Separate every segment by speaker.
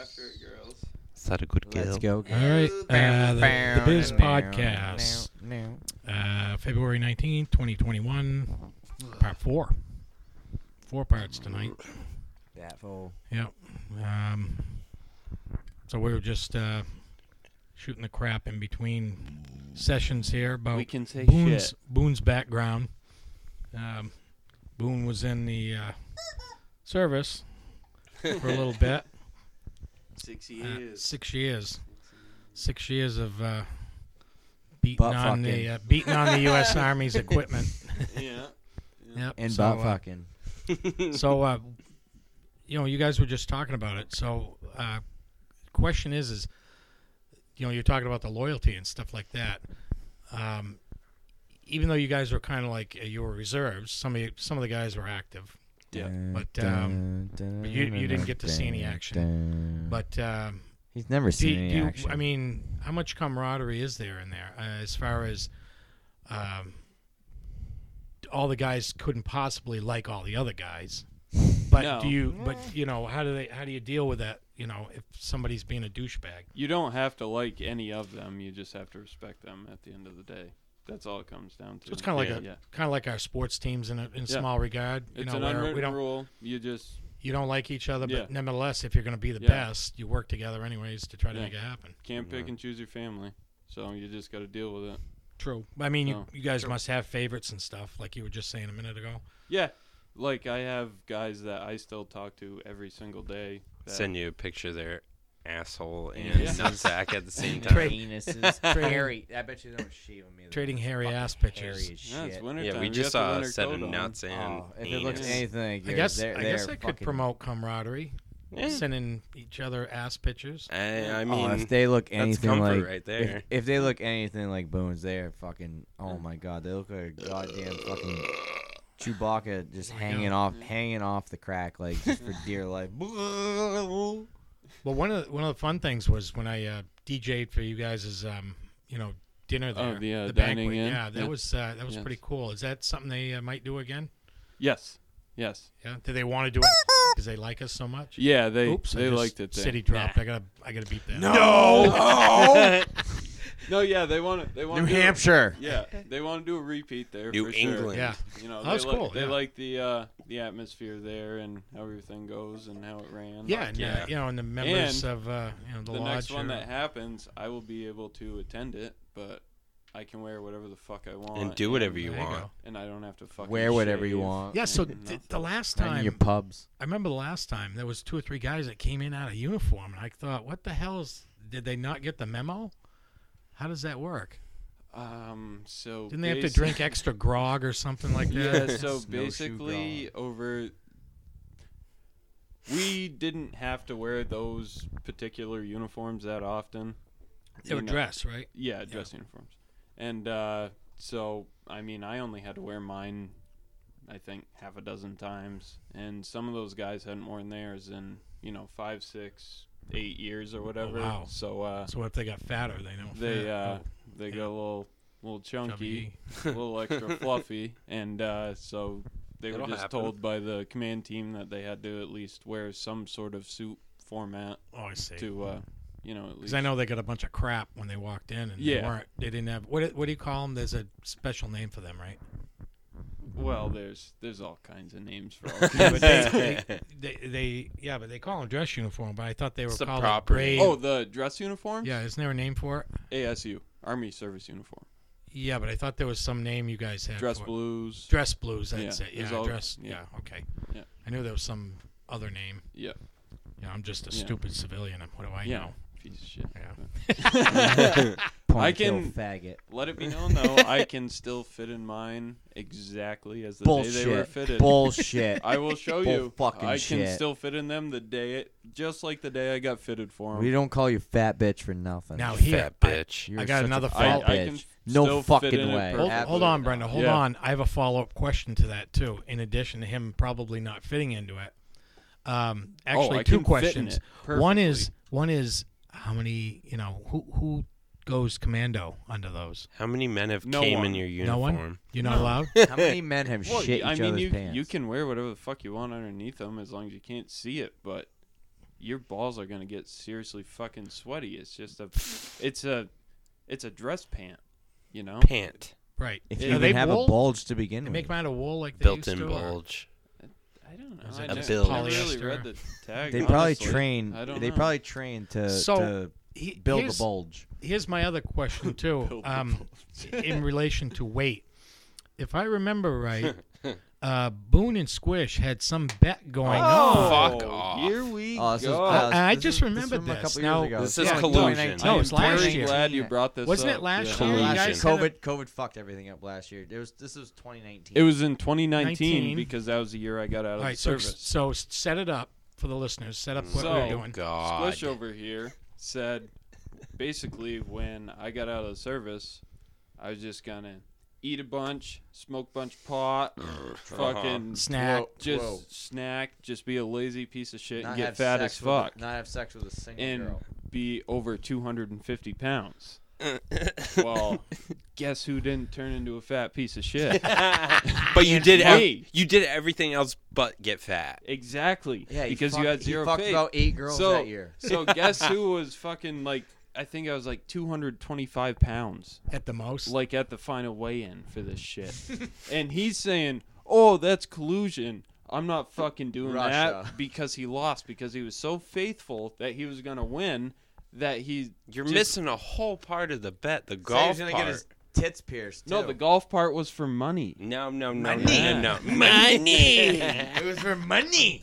Speaker 1: after it, girls.
Speaker 2: Such a good girl.
Speaker 3: Let's go.
Speaker 4: All right. Uh, the, the Biz Podcast,
Speaker 3: No,
Speaker 4: uh, February 19, 2021, part four. Four parts tonight.
Speaker 3: That fool.
Speaker 4: Yep. Um, so we were just uh, shooting the crap in between sessions here
Speaker 2: We
Speaker 4: about
Speaker 2: can say
Speaker 4: Boone's,
Speaker 2: shit.
Speaker 4: Boone's background. Um, Boone was in the uh, service for a little bit.
Speaker 1: Six
Speaker 4: Uh,
Speaker 1: years.
Speaker 4: six years. Six years of uh, beating
Speaker 3: Butt fucking.
Speaker 4: on the uh, beating on the U.S. Army's equipment.
Speaker 1: yeah.
Speaker 4: Yep.
Speaker 3: And
Speaker 4: so,
Speaker 3: butt
Speaker 4: uh,
Speaker 3: fucking.
Speaker 4: so uh, you know you guys were just talking about it so uh, question is is you know you're talking about the loyalty and stuff like that um, even though you guys were kind of like uh, you were reserves some of you, some of the guys were active
Speaker 2: Yeah.
Speaker 4: But, um, but you- you didn't get to see any
Speaker 3: action.
Speaker 4: but um,
Speaker 3: he's never
Speaker 4: do,
Speaker 3: seen any
Speaker 4: do you,
Speaker 3: action.
Speaker 4: I mean how much camaraderie is there in there uh, as far as um, all the guys couldn't possibly like all the other guys But
Speaker 2: No. Eh.
Speaker 4: do you? But you know, how do they? How do you deal with that? You know, if somebody's being a douchebag.
Speaker 2: You don't have to like any of them. You just have to respect them at the end of the day. That's all it comes down to.
Speaker 4: So it's kinda like
Speaker 2: yeah,
Speaker 4: a-
Speaker 2: yeah.
Speaker 4: Kind of like our sports teams in a, in
Speaker 2: Yeah.
Speaker 4: small regard. You
Speaker 2: It's
Speaker 4: know,
Speaker 2: an
Speaker 4: where
Speaker 2: unwritten
Speaker 4: we don't
Speaker 2: rule. You just
Speaker 4: you don't like each other,
Speaker 2: Yeah.
Speaker 4: but nevertheless, if you're going to be the
Speaker 2: Yeah.
Speaker 4: best, you work together anyways to try to
Speaker 2: Yeah.
Speaker 4: make it happen.
Speaker 2: can't pick
Speaker 3: Yeah.
Speaker 2: and choose your family. So you just got to deal with it.
Speaker 4: True. I mean, you,
Speaker 2: No.
Speaker 4: you guys must have favorites and stuff, like you were just saying a minute ago.
Speaker 2: Yeah. Like I have guys that I still talk to every single day. that-
Speaker 5: Send you a picture of their asshole and
Speaker 2: Yeah.
Speaker 5: nutsack at the same time.
Speaker 4: Tra-
Speaker 3: Penises.
Speaker 4: Trading-
Speaker 3: hairy. I bet you don't shave them either.
Speaker 4: Trading hairy
Speaker 3: Fucking
Speaker 4: ass
Speaker 3: hairy
Speaker 4: pictures.
Speaker 3: as
Speaker 2: Yeah, it's
Speaker 3: shit.
Speaker 2: winter
Speaker 5: Yeah,
Speaker 2: time.
Speaker 5: we
Speaker 2: You
Speaker 5: just uh,
Speaker 2: have to
Speaker 5: saw a
Speaker 2: winter
Speaker 5: set of
Speaker 2: coat on.
Speaker 5: nuts and
Speaker 3: Oh, if it
Speaker 5: anus.
Speaker 3: looks anything like yours,
Speaker 4: I guess
Speaker 3: they're,
Speaker 4: I
Speaker 3: they're
Speaker 4: guess I could
Speaker 3: fucking-
Speaker 4: promote camaraderie,
Speaker 5: Yeah.
Speaker 4: sending each other ass pictures.
Speaker 5: I, I
Speaker 3: Oh,
Speaker 5: mean,
Speaker 3: if they look
Speaker 5: that's
Speaker 3: anything
Speaker 5: comfort
Speaker 3: like
Speaker 5: right
Speaker 3: If-
Speaker 5: there.
Speaker 3: If, they look anything like Boone's, they're fucking. Oh my god, they look like a goddamn fucking Chewbacca just hanging off, hanging off the crack like just for dear life.
Speaker 4: Well, one of the, one of the fun things was when I uh, DJ'd for you guys is um you know dinner there.
Speaker 2: Oh, the, uh,
Speaker 4: banquet.
Speaker 2: dining in?
Speaker 4: Yeah, that
Speaker 2: Yeah.
Speaker 4: was uh, that was
Speaker 2: Yes.
Speaker 4: pretty cool. Is that something they uh, might do again?
Speaker 2: Yes. Yes.
Speaker 4: Yeah. Do they want to do it because they like us so much?
Speaker 2: Yeah, they
Speaker 4: Oops, I
Speaker 2: they
Speaker 4: just-
Speaker 2: liked it. there.
Speaker 4: City dropped. I gotta I gotta beat that.
Speaker 3: No,
Speaker 2: No, yeah, they want to. They want
Speaker 3: New
Speaker 2: to
Speaker 3: Hampshire.
Speaker 2: Yeah, they want to do a repeat there.
Speaker 5: New
Speaker 2: for
Speaker 5: England.
Speaker 4: Yeah.
Speaker 2: Sure. You know,
Speaker 4: Oh, That's
Speaker 2: they, li-
Speaker 4: cool,
Speaker 2: they
Speaker 4: yeah.
Speaker 2: like the uh, the atmosphere there and how everything goes and how it ran.
Speaker 4: Yeah, and, Uh,
Speaker 5: Yeah.
Speaker 4: you know, and the members
Speaker 2: And
Speaker 4: of uh, you know the,
Speaker 2: The,
Speaker 4: lodge.
Speaker 2: next one
Speaker 4: are-
Speaker 2: that happens, I will be able to attend it, but I can wear whatever the fuck I want
Speaker 5: And do whatever
Speaker 2: and-
Speaker 5: you
Speaker 4: There you
Speaker 5: want.
Speaker 2: and I don't have to fucking
Speaker 3: Wear whatever you
Speaker 2: shave.
Speaker 3: want.
Speaker 4: yeah, so
Speaker 2: and
Speaker 4: th-
Speaker 2: nothing.
Speaker 4: the last
Speaker 3: And
Speaker 4: time
Speaker 3: your pubs.
Speaker 4: I remember the last time there was two or three guys that came in out of uniform, and I thought, what the hell is? Did they not get the memo? How does that work?
Speaker 2: Um, so
Speaker 4: Didn't they have to
Speaker 2: basi-
Speaker 4: drink extra grog or something like that?
Speaker 2: Yeah, so
Speaker 3: Snowshoe
Speaker 2: basically over we didn't have to wear those particular uniforms that often.
Speaker 4: they were
Speaker 2: You know-
Speaker 4: dressed, right?
Speaker 2: Yeah, dress uniforms. And uh, so, I mean, I only had to wear mine, I think, half a dozen times. And some of those guys hadn't worn theirs in, you know, five, six, eight years or whatever.
Speaker 4: Oh, wow.
Speaker 2: So uh,
Speaker 4: So if they got fatter, they don't. fit.
Speaker 2: they uh,
Speaker 4: Oh,
Speaker 2: they
Speaker 4: yeah. Oh,
Speaker 2: got a little, little chunky,
Speaker 4: chubby.
Speaker 2: a little extra fluffy. And uh, so they were
Speaker 5: It'll
Speaker 2: just
Speaker 5: happen.
Speaker 2: told by the command team that they had to at least wear some sort of suit format
Speaker 4: Oh, I see.
Speaker 2: to, uh, you know, at
Speaker 4: Because
Speaker 2: least.
Speaker 4: I know they got a bunch of crap when they walked in, and they
Speaker 2: Yeah.
Speaker 4: weren't. They didn't have what? do- What do you call them? There's a special name for them, right?
Speaker 2: Well, there's there's all kinds of names for all
Speaker 4: Yeah,
Speaker 2: kinds
Speaker 4: but
Speaker 2: of
Speaker 4: they, they, they, they- yeah, but they call them dress uniform. But I thought they were
Speaker 5: It's the
Speaker 4: called
Speaker 5: proper
Speaker 4: grade.
Speaker 5: name.
Speaker 2: Oh, the dress uniform?
Speaker 4: yeah. Isn't there a name for it?
Speaker 2: ASU, Army Service Uniform.
Speaker 4: Yeah, but I thought there was some name you guys had.
Speaker 2: Dress
Speaker 4: for it.
Speaker 2: blues.
Speaker 4: Dress blues. That's
Speaker 2: Yeah,
Speaker 4: it.
Speaker 2: there's
Speaker 4: Yeah,
Speaker 2: all-
Speaker 4: dress. Yeah.
Speaker 2: yeah.
Speaker 4: okay.
Speaker 2: Yeah.
Speaker 4: I knew there was some other name.
Speaker 2: Yeah.
Speaker 4: Yeah, I'm just a
Speaker 2: Yeah.
Speaker 4: stupid civilian. and What do I
Speaker 2: yeah.
Speaker 4: know?
Speaker 2: Piece of shit.
Speaker 4: Yeah.
Speaker 2: I can-
Speaker 3: Ponytail faggot.
Speaker 2: Let it be known though, I can still fit in mine exactly as the day they were
Speaker 3: Bullshit.
Speaker 2: fitted.
Speaker 3: Bullshit.
Speaker 2: I will show
Speaker 3: Bull
Speaker 2: you.
Speaker 3: fucking
Speaker 2: I can
Speaker 3: shit.
Speaker 2: still fit in them the day, it, just like the day I got fitted for them.
Speaker 3: We don't call you fat bitch for nothing.
Speaker 4: Now
Speaker 5: Fat
Speaker 4: here, I-
Speaker 5: bitch.
Speaker 3: You're
Speaker 4: I got
Speaker 3: such
Speaker 4: another
Speaker 3: a
Speaker 4: fault.
Speaker 3: fat
Speaker 2: I- I can
Speaker 3: bitch. No
Speaker 2: still fit in
Speaker 3: fucking
Speaker 2: it
Speaker 3: way.
Speaker 4: Hold,
Speaker 2: perfectly.
Speaker 4: hold on, Brenda. Hold
Speaker 2: Yeah.
Speaker 4: on. I have a follow up question to that too. In addition to him probably not fitting into it, um, actually
Speaker 2: Oh, I
Speaker 4: two
Speaker 2: can fit in
Speaker 4: questions.
Speaker 2: it
Speaker 4: One is one is how many you know who who goes commando under those?
Speaker 5: How many men have
Speaker 2: No
Speaker 5: came
Speaker 2: one.
Speaker 5: in your
Speaker 4: No
Speaker 5: uniform?
Speaker 4: one. You're not allowed.
Speaker 3: How many men have
Speaker 2: Well,
Speaker 3: shit each
Speaker 2: I mean,
Speaker 3: other's
Speaker 2: you
Speaker 3: pants?
Speaker 2: you can wear whatever the fuck you want underneath them as long as you can't see it. But your balls are gonna get seriously fucking sweaty. It's just a, it's a, it's a dress pant, you know.
Speaker 5: Pant.
Speaker 4: Right.
Speaker 3: If
Speaker 2: Yeah,
Speaker 3: you
Speaker 2: are they
Speaker 3: even have
Speaker 4: wool?
Speaker 3: a bulge to begin
Speaker 4: They
Speaker 3: with.
Speaker 4: make mine out of wool like they
Speaker 5: Built
Speaker 4: used
Speaker 5: in
Speaker 4: to, or-
Speaker 5: bulge.
Speaker 2: I don't know.
Speaker 4: Is
Speaker 2: I
Speaker 4: it
Speaker 2: never-
Speaker 5: just A
Speaker 2: I never really
Speaker 4: polyester?
Speaker 2: read the tag.
Speaker 3: they probably
Speaker 2: honestly.
Speaker 3: train.
Speaker 2: I don't
Speaker 3: They
Speaker 2: know.
Speaker 3: probably train to,
Speaker 4: So,
Speaker 3: to
Speaker 4: He-
Speaker 3: build a
Speaker 4: here's-
Speaker 3: bulge.
Speaker 4: Here's my other question too,
Speaker 2: Build the
Speaker 4: um, in relation to weight. If I remember right, uh, Boone and Squish had some bet going on.
Speaker 5: Oh, Fuck off.
Speaker 2: Here we
Speaker 3: Oh, this is-
Speaker 2: go.
Speaker 3: uh,
Speaker 4: And I
Speaker 3: this
Speaker 4: just
Speaker 3: is- this
Speaker 4: remembered
Speaker 3: from a
Speaker 4: this.
Speaker 3: couple
Speaker 4: Now-
Speaker 3: years ago.
Speaker 5: This
Speaker 3: It's
Speaker 5: is
Speaker 3: like
Speaker 5: collusion.
Speaker 3: 2019.
Speaker 4: No, it's
Speaker 2: I'm very
Speaker 4: last year.
Speaker 2: glad you brought this
Speaker 4: Wasn't
Speaker 2: up.
Speaker 4: it last
Speaker 2: Yeah.
Speaker 4: year? You
Speaker 5: Collusion.
Speaker 4: guys had a-
Speaker 3: COVID, COVID fucked everything up last year. It was this was 2019.
Speaker 2: It was in 2019
Speaker 4: 19.
Speaker 2: because that was the year I got out of
Speaker 4: All right,
Speaker 2: the
Speaker 4: so,
Speaker 2: service.
Speaker 4: so set it up for the listeners. Set up what
Speaker 2: So-
Speaker 4: we're doing.
Speaker 5: God.
Speaker 2: Squish over here said basically when I got out of the service, I was just gonna eat a bunch, smoke a bunch of pot,
Speaker 4: Uh-huh.
Speaker 2: fucking
Speaker 4: Snack.
Speaker 2: just
Speaker 3: Whoa.
Speaker 2: snack, just be a lazy piece of shit
Speaker 3: Not
Speaker 2: and
Speaker 3: have
Speaker 2: get fat
Speaker 3: sex
Speaker 2: as
Speaker 3: with a-
Speaker 2: fuck
Speaker 3: Not have sex with a single
Speaker 2: and
Speaker 3: girl.
Speaker 2: be over 250 pounds. well,
Speaker 5: Uh-huh.
Speaker 2: guess who didn't turn into a fat piece of shit?
Speaker 5: but you did ev-
Speaker 2: me.
Speaker 5: you did everything else but get fat.
Speaker 2: exactly.
Speaker 3: Yeah, he
Speaker 2: because
Speaker 3: fucked-
Speaker 2: you had
Speaker 3: he
Speaker 2: zero
Speaker 3: fucked
Speaker 2: faith.
Speaker 3: about eight girls that year.
Speaker 2: So guess who was fucking like I think I was like 225 pounds,
Speaker 4: at the most.
Speaker 2: like at the final weigh-in for this shit, and he's saying, "Oh, that's collusion." I'm not fucking doing
Speaker 3: Russia.
Speaker 2: that because he lost because he was so faithful that he was gonna win that he
Speaker 5: You're
Speaker 2: just-
Speaker 5: missing a whole part of the bet. The
Speaker 3: Said he was
Speaker 5: golf
Speaker 3: gonna
Speaker 5: part.
Speaker 3: get his tits pierced.
Speaker 2: No,
Speaker 3: too.
Speaker 2: the golf part was for money.
Speaker 5: No, no, no,
Speaker 2: Money.
Speaker 5: no, no, no. Money.
Speaker 3: it was for money.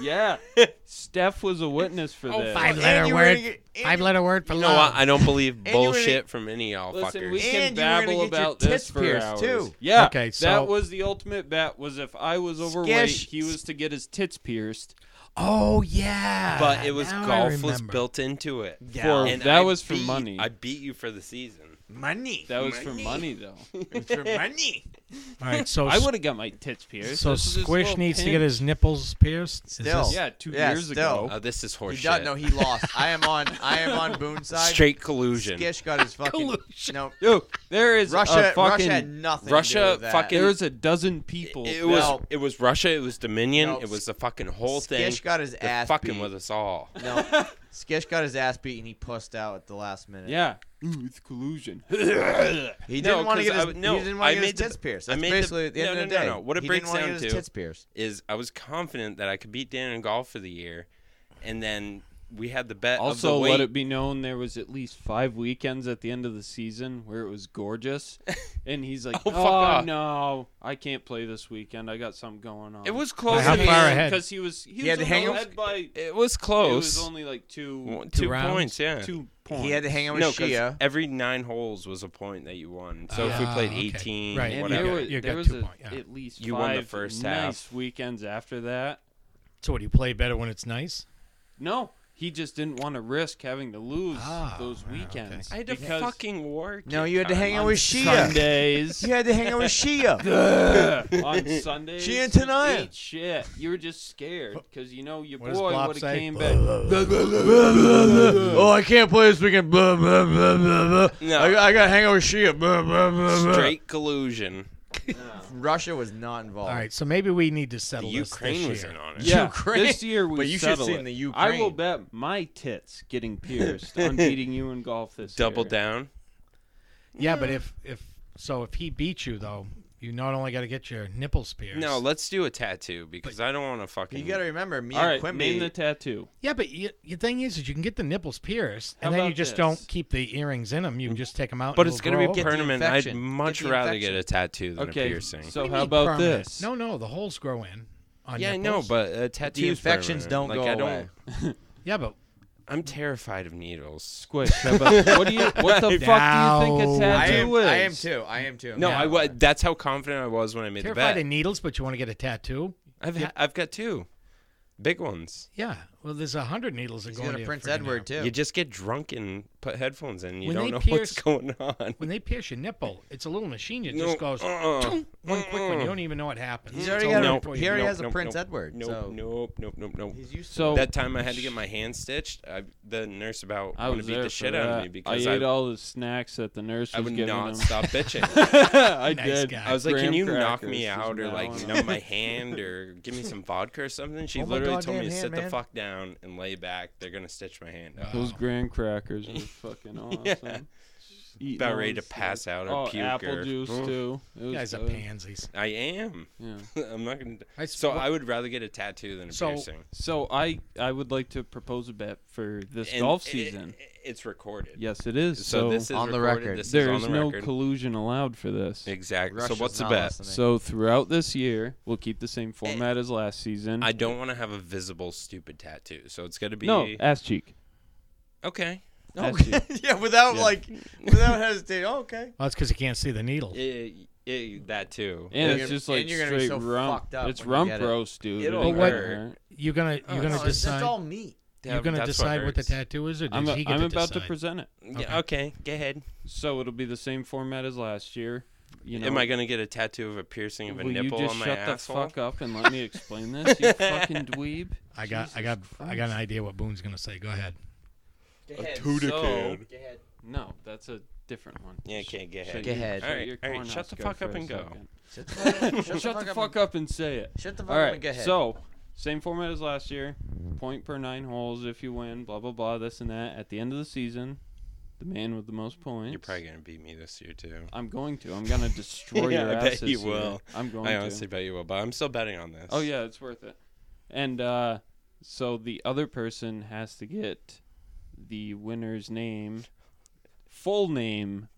Speaker 2: Yeah, Steph was a witness for this.
Speaker 4: Oh, five
Speaker 3: And
Speaker 4: letter
Speaker 3: you were gonna
Speaker 4: word.
Speaker 3: get- and
Speaker 4: Five
Speaker 3: you-
Speaker 4: letter word for
Speaker 5: You know
Speaker 4: love.
Speaker 5: what? I don't believe
Speaker 3: you were-
Speaker 5: bullshit from any of y'all
Speaker 2: Listen,
Speaker 5: fuckers.
Speaker 2: we can
Speaker 3: And you were
Speaker 2: babble
Speaker 3: gonna get your
Speaker 2: about
Speaker 3: tits
Speaker 2: this for
Speaker 3: pierced,
Speaker 2: hours.
Speaker 3: too.
Speaker 2: Yeah.
Speaker 4: Okay, so-
Speaker 2: that was the ultimate bet. Was if I was overweight,
Speaker 3: Skish.
Speaker 2: he was to get his tits pierced.
Speaker 4: oh yeah.
Speaker 5: but it was
Speaker 4: now I
Speaker 5: golf was
Speaker 4: remember.
Speaker 5: built into it.
Speaker 3: Yeah.
Speaker 2: For-
Speaker 5: And
Speaker 2: that
Speaker 5: I
Speaker 2: was for
Speaker 5: beat-
Speaker 2: money.
Speaker 5: I beat you for the season.
Speaker 3: Money.
Speaker 2: That was for money, though.
Speaker 3: It was for money.
Speaker 4: All right, so
Speaker 2: I would have got my tits pierced.
Speaker 4: so
Speaker 2: This is this
Speaker 4: Squish
Speaker 2: little
Speaker 4: needs to
Speaker 2: pin.
Speaker 4: get his nipples pierced. Is
Speaker 3: Still.
Speaker 4: this-
Speaker 2: Yeah, two
Speaker 3: Yeah,
Speaker 2: years
Speaker 3: still.
Speaker 2: ago.
Speaker 5: Oh, this is
Speaker 3: He
Speaker 5: horseshit.
Speaker 3: does, no, he lost. I am on. I am on Boone's side.
Speaker 5: Straight collusion.
Speaker 3: Skish got his fucking.
Speaker 4: Collusion.
Speaker 3: No,
Speaker 2: Yo, there is
Speaker 3: Russia.
Speaker 2: a fucking.
Speaker 3: Russia had nothing. to do
Speaker 5: Russia
Speaker 3: with that.
Speaker 5: fucking-
Speaker 2: there is a dozen
Speaker 5: It,
Speaker 2: people.
Speaker 5: it
Speaker 2: that-
Speaker 5: was
Speaker 3: No.
Speaker 5: it was Russia. It was Dominion.
Speaker 3: No.
Speaker 5: It was the fucking whole thing.
Speaker 3: Skish got his
Speaker 5: They're
Speaker 3: ass
Speaker 5: fucking
Speaker 3: beat.
Speaker 5: with us all.
Speaker 3: No, Skish got his ass beat and he pussed out at the last minute.
Speaker 2: yeah. Ooh, it's collusion.
Speaker 3: He
Speaker 5: No,
Speaker 3: didn't want to
Speaker 5: 'cause
Speaker 3: get his
Speaker 5: I- no,
Speaker 3: he didn't want
Speaker 5: I
Speaker 3: to get his
Speaker 5: made the-
Speaker 3: tits pierced.
Speaker 5: I
Speaker 3: That's
Speaker 5: made the-
Speaker 3: basically at the
Speaker 5: no,
Speaker 3: end of the
Speaker 5: no,
Speaker 3: day.
Speaker 5: no, no. What it
Speaker 3: he
Speaker 5: breaks
Speaker 3: didn't want
Speaker 5: down
Speaker 3: to get his
Speaker 5: to-
Speaker 3: tits pierced.
Speaker 5: Is I was confident that I could beat Dan in golf for the year, and then we had the bet.
Speaker 2: Also,
Speaker 5: of the
Speaker 2: let
Speaker 5: weight.
Speaker 2: it be known there was at least five weekends at the end of the season where it was gorgeous, and he's like,
Speaker 5: Oh,
Speaker 2: "Oh,
Speaker 5: fuck off."
Speaker 2: no, I can't play this weekend. I got something going on."
Speaker 5: It was close.
Speaker 4: How
Speaker 5: to
Speaker 4: far
Speaker 5: the-
Speaker 4: ahead?
Speaker 2: Because he was he,
Speaker 3: had
Speaker 2: was
Speaker 3: to hang
Speaker 2: only
Speaker 3: him-
Speaker 2: ahead by
Speaker 5: It was
Speaker 2: it
Speaker 5: close.
Speaker 2: was only like two
Speaker 5: One- two,
Speaker 4: rounds?
Speaker 5: points. Yeah.
Speaker 2: two points.
Speaker 3: He had to hang out with
Speaker 5: No, because
Speaker 3: Shia.
Speaker 5: every nine holes was a point that you won. So if we
Speaker 4: Ah,
Speaker 5: played
Speaker 4: okay.
Speaker 5: 18,
Speaker 4: Right.
Speaker 2: And
Speaker 5: whatever.
Speaker 2: there
Speaker 4: got-
Speaker 2: was,
Speaker 4: you
Speaker 2: there
Speaker 4: got
Speaker 2: was
Speaker 4: two
Speaker 2: a-
Speaker 4: point, yeah.
Speaker 2: at least
Speaker 5: You
Speaker 2: five
Speaker 5: won the first half.
Speaker 2: nice weekends after that.
Speaker 4: So what, do you play better when it's nice?
Speaker 2: No, he just didn't want to risk having to lose
Speaker 4: Ah,
Speaker 2: those
Speaker 4: wow, okay.
Speaker 2: weekends.
Speaker 5: I had to
Speaker 2: because
Speaker 5: fucking work.
Speaker 3: No,
Speaker 5: it,
Speaker 3: you had to
Speaker 5: Kyle.
Speaker 3: hang out with Shia.
Speaker 2: Sundays.
Speaker 3: You had to hang out with Shia.
Speaker 2: on Sunday.
Speaker 3: She and Tanaya.
Speaker 2: shit. You were just scared because you know your
Speaker 4: What does
Speaker 2: boy
Speaker 4: Blob
Speaker 2: would have
Speaker 4: say?
Speaker 2: came back.
Speaker 3: oh, I can't play this weekend. Blah, blah, blah, blah, blah.
Speaker 5: No.
Speaker 3: I, got to hang out with Shia. Blah, blah, blah, blah.
Speaker 5: Straight collusion.
Speaker 3: Russia was not involved.
Speaker 4: All right, so maybe we need to settle this
Speaker 5: Ukraine
Speaker 4: this
Speaker 5: was
Speaker 4: year.
Speaker 5: in on it.
Speaker 2: Yeah,
Speaker 3: Ukraine.
Speaker 2: this year we
Speaker 3: But you should've
Speaker 2: settle
Speaker 3: seen
Speaker 2: it.
Speaker 3: the Ukraine.
Speaker 2: I will bet my tits getting pierced on beating you in golf this
Speaker 5: Double
Speaker 2: year.
Speaker 5: down.
Speaker 4: Yeah, but if if so, if he beats you though, you not only got to get your nipples pierced.
Speaker 5: No, let's do a tattoo because I don't want to fucking.
Speaker 3: You got to remember, me
Speaker 2: All
Speaker 3: and
Speaker 2: right, name
Speaker 3: Quimby.
Speaker 2: the tattoo.
Speaker 4: yeah, but you, the thing is, is you can get the nipples pierced,
Speaker 2: How
Speaker 4: and then you
Speaker 2: about
Speaker 4: just
Speaker 2: this?
Speaker 4: don't keep the earrings in them. You can just take them out.
Speaker 5: Mm. but
Speaker 4: and
Speaker 5: it's
Speaker 4: they'll
Speaker 5: gonna
Speaker 4: grow
Speaker 5: be
Speaker 4: over.
Speaker 5: permanent.
Speaker 3: Get the
Speaker 5: I'd
Speaker 3: infection.
Speaker 5: much
Speaker 3: Get the
Speaker 5: rather
Speaker 3: infection.
Speaker 5: get a tattoo than a
Speaker 2: Okay,
Speaker 5: piercing.
Speaker 2: so
Speaker 4: What do you
Speaker 2: how
Speaker 4: mean
Speaker 2: about
Speaker 4: permanent?
Speaker 2: this?
Speaker 4: No, no, the holes grow in. On
Speaker 5: yeah, I know,
Speaker 4: nipples.
Speaker 5: but a tattoo.
Speaker 3: The infections don't
Speaker 5: like,
Speaker 3: go
Speaker 5: I don't,
Speaker 3: away.
Speaker 4: yeah, but
Speaker 5: I'm terrified of needles.
Speaker 2: Squish. How about, what do you? What the fuck do you think
Speaker 4: No.
Speaker 2: a
Speaker 3: I
Speaker 2: tattoo
Speaker 3: am,
Speaker 2: is?
Speaker 3: I am too. I am too.
Speaker 5: No,
Speaker 4: Yeah.
Speaker 5: I wa- That's how confident I was when I made
Speaker 4: terrified
Speaker 5: the
Speaker 4: of
Speaker 5: bet.
Speaker 4: needles, but you want to get a tattoo.
Speaker 5: I've ha- I've got two, big ones.
Speaker 4: Yeah, well, there's a hundred needles that
Speaker 3: He's
Speaker 4: go
Speaker 3: going
Speaker 4: into
Speaker 3: to
Speaker 4: your
Speaker 3: Prince
Speaker 4: friggin'
Speaker 3: Edward,
Speaker 4: arm.
Speaker 3: too.
Speaker 5: You just get drunk and put headphones in. You
Speaker 4: When
Speaker 5: don't
Speaker 4: they
Speaker 5: know what's
Speaker 4: pierce-
Speaker 5: going on.
Speaker 4: When they pierce your nipple, it's a little machine that
Speaker 5: No,
Speaker 4: just goes
Speaker 5: uh-uh.
Speaker 4: "Tung," one quick one.
Speaker 5: Uh-uh.
Speaker 4: You don't even know what happened.
Speaker 3: He's
Speaker 4: It's
Speaker 3: already
Speaker 4: all
Speaker 3: got a-
Speaker 4: done
Speaker 5: Nope.
Speaker 4: for
Speaker 3: he
Speaker 4: you.
Speaker 3: already
Speaker 5: nope,
Speaker 3: has a
Speaker 5: nope,
Speaker 3: Prince
Speaker 5: nope,
Speaker 3: Edward,
Speaker 5: Nope,
Speaker 3: so-
Speaker 5: nope, nope, nope, nope.
Speaker 3: He's used to
Speaker 2: So
Speaker 5: That time I had to get my hand stitched. I, the nurse about
Speaker 2: I
Speaker 5: wanted
Speaker 2: was
Speaker 5: to beat
Speaker 2: there
Speaker 5: the
Speaker 2: for
Speaker 5: shit
Speaker 2: that.
Speaker 5: out of me because
Speaker 2: I
Speaker 5: I,
Speaker 2: ate all the snacks that the nurse
Speaker 5: I
Speaker 2: was
Speaker 5: would
Speaker 2: giving
Speaker 5: not
Speaker 2: him.
Speaker 5: stop bitching.
Speaker 2: I
Speaker 4: Nice
Speaker 2: did.
Speaker 4: guy.
Speaker 5: I was like,
Speaker 2: Graham
Speaker 5: "Can you knock
Speaker 2: crackers
Speaker 5: me
Speaker 2: is
Speaker 5: out, or
Speaker 2: now
Speaker 5: like
Speaker 2: on.
Speaker 5: numb my hand, or give me some vodka or something?" She
Speaker 3: Hold my
Speaker 5: literally told
Speaker 3: goddamn
Speaker 5: me to
Speaker 3: hand,
Speaker 5: sit
Speaker 3: man.
Speaker 5: the fuck down and lay back, they're gonna stitch my hand up.
Speaker 2: Those
Speaker 4: Wow.
Speaker 2: grand crackers were fucking awesome.
Speaker 5: Yeah.
Speaker 2: Just eating
Speaker 5: About
Speaker 2: all
Speaker 5: ready to
Speaker 2: this
Speaker 5: pass
Speaker 2: stuff.
Speaker 5: out or
Speaker 2: oh,
Speaker 5: puke
Speaker 2: apple
Speaker 5: or-
Speaker 2: juice
Speaker 5: Mm.
Speaker 2: too. It was
Speaker 4: You guys are
Speaker 2: good.
Speaker 4: pansies.
Speaker 5: I am.
Speaker 2: Yeah.
Speaker 5: I'm not gonna.
Speaker 4: I s-
Speaker 5: So
Speaker 4: what-
Speaker 5: I would rather get a tattoo than a
Speaker 4: So-
Speaker 5: piercing.
Speaker 2: So I I would like to propose a bet for this
Speaker 5: And
Speaker 2: golf
Speaker 5: it-
Speaker 2: season.
Speaker 5: it- it's recorded.
Speaker 2: yes, it is.
Speaker 5: So, this is
Speaker 3: On the
Speaker 5: recorded,
Speaker 3: record.
Speaker 5: This is
Speaker 2: there
Speaker 5: on
Speaker 2: is
Speaker 5: the
Speaker 2: no
Speaker 5: record.
Speaker 2: collusion allowed for this.
Speaker 5: exactly.
Speaker 3: Russia's
Speaker 5: so what's the
Speaker 3: not
Speaker 5: bet?
Speaker 3: listening.
Speaker 2: So throughout this year, we'll keep the same format
Speaker 5: Eh.
Speaker 2: as last season.
Speaker 5: I don't want to have a visible stupid tattoo, so it's gonna be
Speaker 2: no ass cheek.
Speaker 5: okay.
Speaker 2: Ass cheek.
Speaker 3: yeah, without
Speaker 2: Yeah.
Speaker 3: like, without hesitating. Oh, okay.
Speaker 4: Well, that's because you can't see the needle.
Speaker 5: Eh, eh, that too.
Speaker 2: And
Speaker 3: And
Speaker 2: it's
Speaker 3: you're-
Speaker 2: just like
Speaker 3: and you're gonna be
Speaker 2: straight
Speaker 3: so
Speaker 2: rump.
Speaker 3: fucked up
Speaker 2: it's
Speaker 3: when you
Speaker 2: rump
Speaker 3: get it.
Speaker 2: roast, dude.
Speaker 5: It'll
Speaker 2: It ain't
Speaker 4: hurt.
Speaker 2: gonna hurt.
Speaker 4: You're gonna
Speaker 5: Oh,
Speaker 4: you're gonna
Speaker 5: no, it's-
Speaker 4: decide.
Speaker 3: meat.
Speaker 4: You're gonna
Speaker 5: That's what
Speaker 4: decide what the
Speaker 5: hurts.
Speaker 4: tattoo is, or does
Speaker 2: I'm,
Speaker 4: he get
Speaker 2: I'm
Speaker 4: to
Speaker 2: about to
Speaker 4: decide?
Speaker 2: present it.
Speaker 5: Yeah, okay, go ahead.
Speaker 2: So it'll be the same format as last year. You know,
Speaker 5: Am I gonna get a tattoo of a piercing of a
Speaker 2: will you
Speaker 5: nipple
Speaker 2: just
Speaker 5: on my
Speaker 2: shut
Speaker 5: asshole?
Speaker 2: the fuck up and let me explain this, you fucking dweeb?
Speaker 4: I got I
Speaker 2: Jesus
Speaker 4: got I got an
Speaker 2: Christ.
Speaker 4: idea what Boone's gonna say. Go ahead.
Speaker 5: ahead,
Speaker 1: Tudicad.
Speaker 2: No, that's a different one.
Speaker 5: Yeah, okay, go
Speaker 2: Shut
Speaker 5: ahead.
Speaker 3: Go
Speaker 2: your-
Speaker 3: ahead.
Speaker 2: shut
Speaker 5: All right,
Speaker 2: your
Speaker 5: all right,
Speaker 2: cornhusker
Speaker 5: shut the fuck
Speaker 2: for
Speaker 5: up
Speaker 2: a
Speaker 5: and go.
Speaker 2: second.
Speaker 3: Shut the fuck up.
Speaker 2: Shut the fuck up and say it.
Speaker 3: Shut the fuck
Speaker 2: All
Speaker 3: up
Speaker 2: right.
Speaker 3: and go ahead.
Speaker 2: So, same format as last year. Point per nine holes if you win, blah blah blah, this and that. At the end of the season, the man with the most points.
Speaker 5: You're probably gonna beat me this year too.
Speaker 2: I'm going to. I'm gonna destroy
Speaker 5: Yeah,
Speaker 2: your
Speaker 5: I
Speaker 2: ass.
Speaker 5: bet
Speaker 2: this
Speaker 5: you
Speaker 2: year.
Speaker 5: will.
Speaker 2: I'm going
Speaker 5: I
Speaker 2: to.
Speaker 5: honestly bet you will, but I'm still betting on this.
Speaker 2: Oh yeah, it's worth it. And uh, so the other person has to get the winner's name, full name,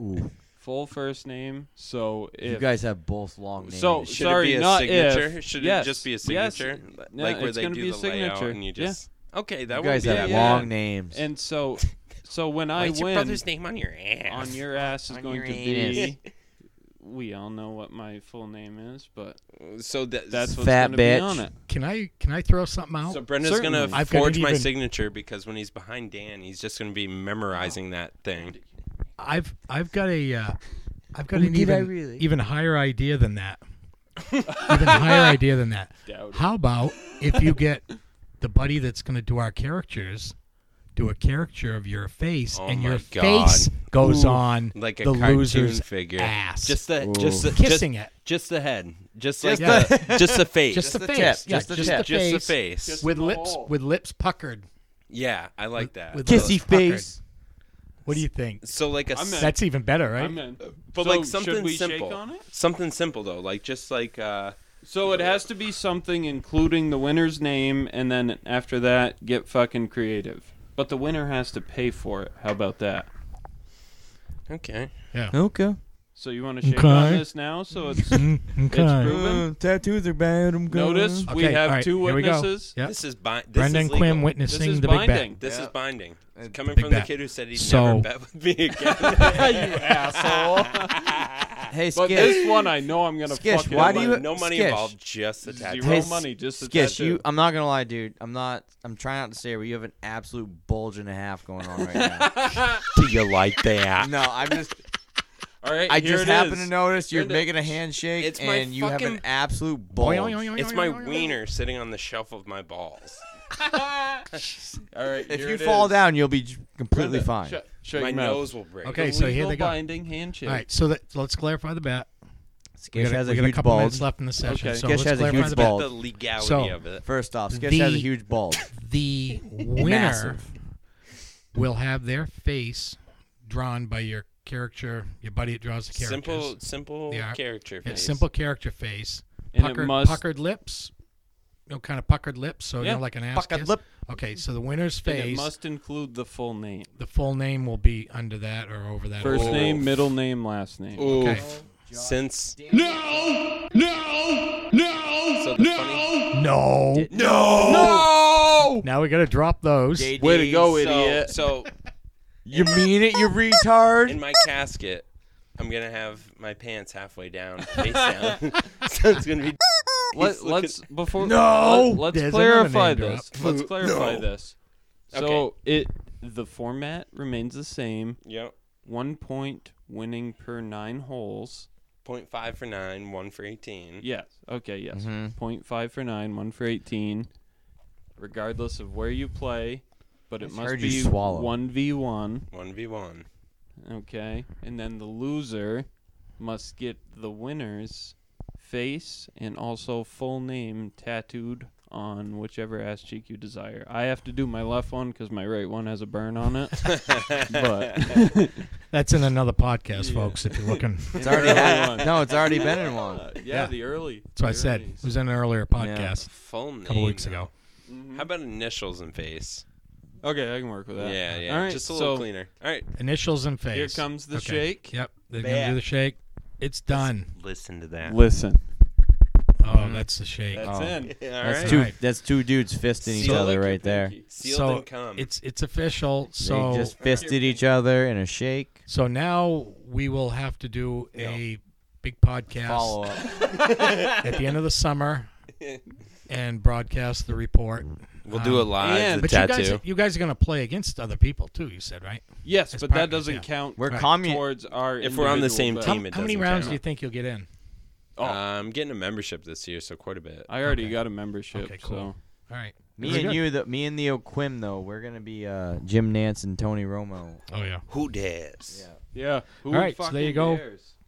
Speaker 3: Ooh,
Speaker 2: full first name. So if
Speaker 3: you guys have both long names.
Speaker 2: So-
Speaker 5: Should
Speaker 2: Sorry,
Speaker 5: it be a
Speaker 2: not
Speaker 5: signature?
Speaker 2: if.
Speaker 5: Should
Speaker 2: Yes.
Speaker 5: it just be a
Speaker 2: Yes.
Speaker 5: signature?
Speaker 2: Yeah,
Speaker 5: like where
Speaker 2: it's
Speaker 5: they
Speaker 2: gonna
Speaker 5: do
Speaker 2: be a
Speaker 5: the layout
Speaker 2: signature.
Speaker 5: and you
Speaker 2: Yeah.
Speaker 5: just Okay, that
Speaker 3: you
Speaker 5: would
Speaker 3: guys
Speaker 5: be
Speaker 3: have
Speaker 5: that
Speaker 2: yeah.
Speaker 3: long names.
Speaker 2: and so, so when
Speaker 5: Why
Speaker 2: I
Speaker 5: is your
Speaker 2: win
Speaker 5: brother's name on your ass?
Speaker 2: on your ass is
Speaker 3: On
Speaker 2: going
Speaker 3: your
Speaker 2: to
Speaker 3: anus.
Speaker 2: be. We all know what my full name is, but
Speaker 5: so that,
Speaker 2: that's what's
Speaker 3: Fat
Speaker 2: going to
Speaker 3: bitch.
Speaker 2: be on it.
Speaker 4: Can I can I throw something out?
Speaker 5: So Brenda's
Speaker 2: Certainly.
Speaker 5: gonna
Speaker 4: I've got it
Speaker 5: forge my
Speaker 4: even-
Speaker 5: signature because when he's behind Dan, he's just gonna be memorizing that thing.
Speaker 4: I've I've got a uh, I've got
Speaker 3: Who
Speaker 4: an
Speaker 3: did I
Speaker 4: even
Speaker 3: really?
Speaker 4: even higher idea than that. even higher idea than that.
Speaker 2: Doubt it.
Speaker 4: How about if you get the buddy that's going to do our characters, do a caricature of your face,
Speaker 5: Oh
Speaker 4: and
Speaker 5: my
Speaker 4: your
Speaker 5: God.
Speaker 4: face goes
Speaker 5: Ooh,
Speaker 4: on
Speaker 5: Like a
Speaker 4: the
Speaker 5: cartoon
Speaker 4: loser's
Speaker 5: figure.
Speaker 4: ass,
Speaker 5: Just the
Speaker 3: Ooh.
Speaker 5: just the,
Speaker 4: kissing
Speaker 5: just,
Speaker 4: it,
Speaker 5: just the head. Just like
Speaker 3: Just
Speaker 5: the just the face.
Speaker 4: just, the,
Speaker 3: the
Speaker 4: face,
Speaker 3: tip,
Speaker 4: yeah,
Speaker 3: just the
Speaker 4: just
Speaker 3: tip.
Speaker 4: the
Speaker 5: Just
Speaker 4: face,
Speaker 5: the face.
Speaker 2: Just-
Speaker 4: with
Speaker 2: the
Speaker 4: lips
Speaker 2: hole.
Speaker 4: with lips puckered.
Speaker 5: yeah, I like that.
Speaker 4: with
Speaker 5: So-
Speaker 4: lips
Speaker 3: Kissy
Speaker 4: puckered.
Speaker 3: face.
Speaker 4: What do you think?
Speaker 5: so like a
Speaker 2: I'm
Speaker 5: s-
Speaker 2: in.
Speaker 4: That's even better,
Speaker 2: I
Speaker 4: right?
Speaker 2: meant,
Speaker 5: but
Speaker 2: So
Speaker 5: like
Speaker 2: should
Speaker 5: something
Speaker 2: we shake
Speaker 5: simple.
Speaker 2: on it?
Speaker 5: Something simple though, like just like uh
Speaker 2: So it has to be something including the winner's name, and then after that, get fucking creative. But the winner has to pay for it. How about that?
Speaker 5: okay.
Speaker 3: Okay.
Speaker 2: So you want to shake on
Speaker 4: Okay.
Speaker 2: this now? So it's
Speaker 4: Mm, okay.
Speaker 2: Ruben?
Speaker 3: Uh, tattoos are bad. I'm going.
Speaker 2: notice we
Speaker 4: Okay,
Speaker 2: have
Speaker 4: all right,
Speaker 2: two
Speaker 4: here we go.
Speaker 2: witnesses.
Speaker 4: Yep.
Speaker 5: This is bi- this
Speaker 4: Brendan
Speaker 5: is legal.
Speaker 4: Quinn
Speaker 2: This
Speaker 4: witnessing
Speaker 2: is
Speaker 4: the
Speaker 2: binding.
Speaker 4: big
Speaker 5: This is binding. It's coming
Speaker 4: big
Speaker 5: from the
Speaker 4: bet.
Speaker 5: kid who said he'd
Speaker 4: So-
Speaker 5: never bet with me again.
Speaker 2: you asshole!
Speaker 3: Hey,
Speaker 2: But
Speaker 3: Skitch.
Speaker 2: this one, I know I'm gonna
Speaker 3: Skish,
Speaker 2: fucking.
Speaker 3: why
Speaker 5: no
Speaker 3: do
Speaker 5: money,
Speaker 3: you-
Speaker 5: no money
Speaker 3: Sketch.
Speaker 5: involved, just the
Speaker 2: Zero
Speaker 5: tattoo.
Speaker 3: Hey,
Speaker 2: money, just the
Speaker 3: Skitch,
Speaker 2: tattoo.
Speaker 3: you. I'm not gonna lie, dude. I'm not. I'm trying not to say it, but you have an absolute bulge and a half going on right now.
Speaker 5: Do you like that?
Speaker 3: no, I'm just.
Speaker 2: All right,
Speaker 3: I
Speaker 2: here
Speaker 3: just
Speaker 2: it
Speaker 3: happen
Speaker 2: is.
Speaker 3: to notice you're
Speaker 2: Brenda,
Speaker 3: making a handshake,
Speaker 5: it's my
Speaker 3: and you have an
Speaker 5: fucking-
Speaker 3: absolute
Speaker 4: Boy,
Speaker 3: bulge.
Speaker 4: oy, oy, oy,
Speaker 5: It's
Speaker 4: oy,
Speaker 5: my
Speaker 4: oy, oy, oy.
Speaker 5: wiener sitting on the shelf of my balls.
Speaker 2: All right,
Speaker 3: If
Speaker 2: here
Speaker 3: you
Speaker 2: it
Speaker 3: fall
Speaker 2: is.
Speaker 3: down, you'll be j- completely
Speaker 2: Brenda,
Speaker 3: fine.
Speaker 2: shut- shut
Speaker 5: My
Speaker 2: your mouth.
Speaker 5: nose will break.
Speaker 4: Okay,
Speaker 2: The
Speaker 4: so here
Speaker 2: legal
Speaker 4: they go.
Speaker 2: binding handshake.
Speaker 4: All right, so that, let's clarify the bet. We
Speaker 3: Skitch
Speaker 4: got,
Speaker 3: has a
Speaker 4: a, we got a
Speaker 3: huge
Speaker 4: couple
Speaker 3: bulge.
Speaker 4: minutes left in the session.
Speaker 2: Okay.
Speaker 4: So
Speaker 3: Sketch
Speaker 4: let's
Speaker 3: has a
Speaker 4: clarify
Speaker 3: huge
Speaker 4: the bet.
Speaker 3: bulge.
Speaker 5: The legality
Speaker 4: So-
Speaker 5: of it.
Speaker 3: First off, Skitch has a
Speaker 4: The-
Speaker 3: huge bulge.
Speaker 4: The winner
Speaker 3: Massive.
Speaker 4: will have their face drawn by your character, your buddy that draws the characters.
Speaker 5: Simple, simple
Speaker 4: Yeah.
Speaker 5: character.
Speaker 4: Yeah,
Speaker 5: face.
Speaker 4: simple character face.
Speaker 2: And it
Speaker 4: puckered,
Speaker 2: must-
Speaker 4: puckered lips. No kind of puckered lips, so you
Speaker 2: Yeah.
Speaker 4: know, like an ass
Speaker 3: Puckered
Speaker 4: kiss.
Speaker 3: lip.
Speaker 4: Okay, so the winner's
Speaker 2: And it
Speaker 4: face,
Speaker 2: must include the full name.
Speaker 4: the full name will be under that or over that.
Speaker 2: First
Speaker 5: Oh.
Speaker 2: name, middle name, last name.
Speaker 5: Oof.
Speaker 4: Okay.
Speaker 5: Since
Speaker 4: No, no, no,
Speaker 5: so the funny.
Speaker 4: no.
Speaker 5: No. No.
Speaker 4: Now we got to drop those.
Speaker 2: Way to go,
Speaker 5: So,
Speaker 2: idiot.
Speaker 5: so
Speaker 3: You mean it, you retard?
Speaker 5: in my casket, I'm gonna have my pants halfway down, face down. so it's gonna be.
Speaker 2: Let, let's before
Speaker 3: No!
Speaker 2: Let, us
Speaker 4: There's another
Speaker 2: clarify
Speaker 4: name drop.
Speaker 2: this. Let's clarify
Speaker 5: No.
Speaker 2: this. So
Speaker 5: Okay.
Speaker 2: it the format remains the same.
Speaker 5: Yep.
Speaker 2: One point winning per nine holes.
Speaker 5: Point five for nine, one for eighteen.
Speaker 2: Yes. Okay. Yes.
Speaker 3: Mhm.
Speaker 2: Point five for nine, one for eighteen. Regardless of where you play, but it
Speaker 3: just
Speaker 2: must
Speaker 3: heard you
Speaker 2: be
Speaker 3: swallow.
Speaker 2: one v one.
Speaker 5: One v one.
Speaker 2: Okay. And then the loser must get the winner's face and also full name tattooed on whichever ass cheek you desire. I have to do my left one because my right one has a burn on it. but
Speaker 4: That's in another podcast,
Speaker 2: Yeah.
Speaker 4: folks. If you're looking,
Speaker 3: It's already had,
Speaker 2: One.
Speaker 3: no, it's already been in one.
Speaker 2: Uh, yeah,
Speaker 4: Yeah.
Speaker 2: the early.
Speaker 4: that's what I said. It was in an earlier podcast
Speaker 5: Full name.
Speaker 4: a couple weeks ago.
Speaker 5: How about initials and face?
Speaker 2: Okay, I can work with that.
Speaker 5: Yeah, yeah.
Speaker 2: All right,
Speaker 5: Just a little
Speaker 2: so
Speaker 5: cleaner. All right.
Speaker 4: Initials and face.
Speaker 2: Here comes the
Speaker 4: Okay.
Speaker 2: shake.
Speaker 4: Yep, they're gonna
Speaker 5: Bam.
Speaker 4: do the shake. It's done.
Speaker 5: Listen to that.
Speaker 2: Listen,
Speaker 4: Oh, that's the shake.
Speaker 2: that's
Speaker 3: Oh.
Speaker 2: in.
Speaker 5: Yeah, all
Speaker 3: That's
Speaker 5: right.
Speaker 3: two.
Speaker 4: Alright.
Speaker 3: That's two dudes fisting each
Speaker 5: So
Speaker 3: other
Speaker 2: Lick your
Speaker 3: right there.
Speaker 2: pinky.
Speaker 5: Sealed
Speaker 4: So,
Speaker 5: and come.
Speaker 4: It's it's official. So
Speaker 3: they just fisted each other in a shake.
Speaker 4: so now we will have to do a big podcast
Speaker 3: Follow up.
Speaker 4: at the end of the summer and broadcast the report.
Speaker 5: we'll do a
Speaker 4: um,
Speaker 5: live
Speaker 2: and-
Speaker 5: the
Speaker 4: But
Speaker 5: tattoo.
Speaker 4: you guys you guys are gonna play against other people too. You said right?
Speaker 2: Yes,
Speaker 4: As
Speaker 2: but that
Speaker 4: partners,
Speaker 2: doesn't
Speaker 4: yeah.
Speaker 2: count.
Speaker 3: We're
Speaker 4: Right.
Speaker 3: commu-
Speaker 2: towards our
Speaker 5: If we're on the
Speaker 2: individual
Speaker 5: same
Speaker 2: vote.
Speaker 5: team,
Speaker 4: how
Speaker 5: it
Speaker 4: how many
Speaker 5: doesn't
Speaker 4: rounds
Speaker 5: count.
Speaker 4: do you think you'll get in?
Speaker 2: Oh.
Speaker 4: Uh,
Speaker 5: I'm getting a membership this year, so quite a bit.
Speaker 2: I already
Speaker 4: Okay.
Speaker 2: got a membership.
Speaker 4: Okay, cool.
Speaker 2: So
Speaker 4: All right.
Speaker 3: Me
Speaker 4: Very
Speaker 3: and
Speaker 4: good.
Speaker 3: you, the, me and Theo Quim though, we're gonna be uh, Jim Nance and Tony Romo.
Speaker 4: Oh yeah.
Speaker 5: Who dares?
Speaker 2: yeah. Who
Speaker 4: All right, so there you
Speaker 2: fucking
Speaker 4: go.
Speaker 2: Dares?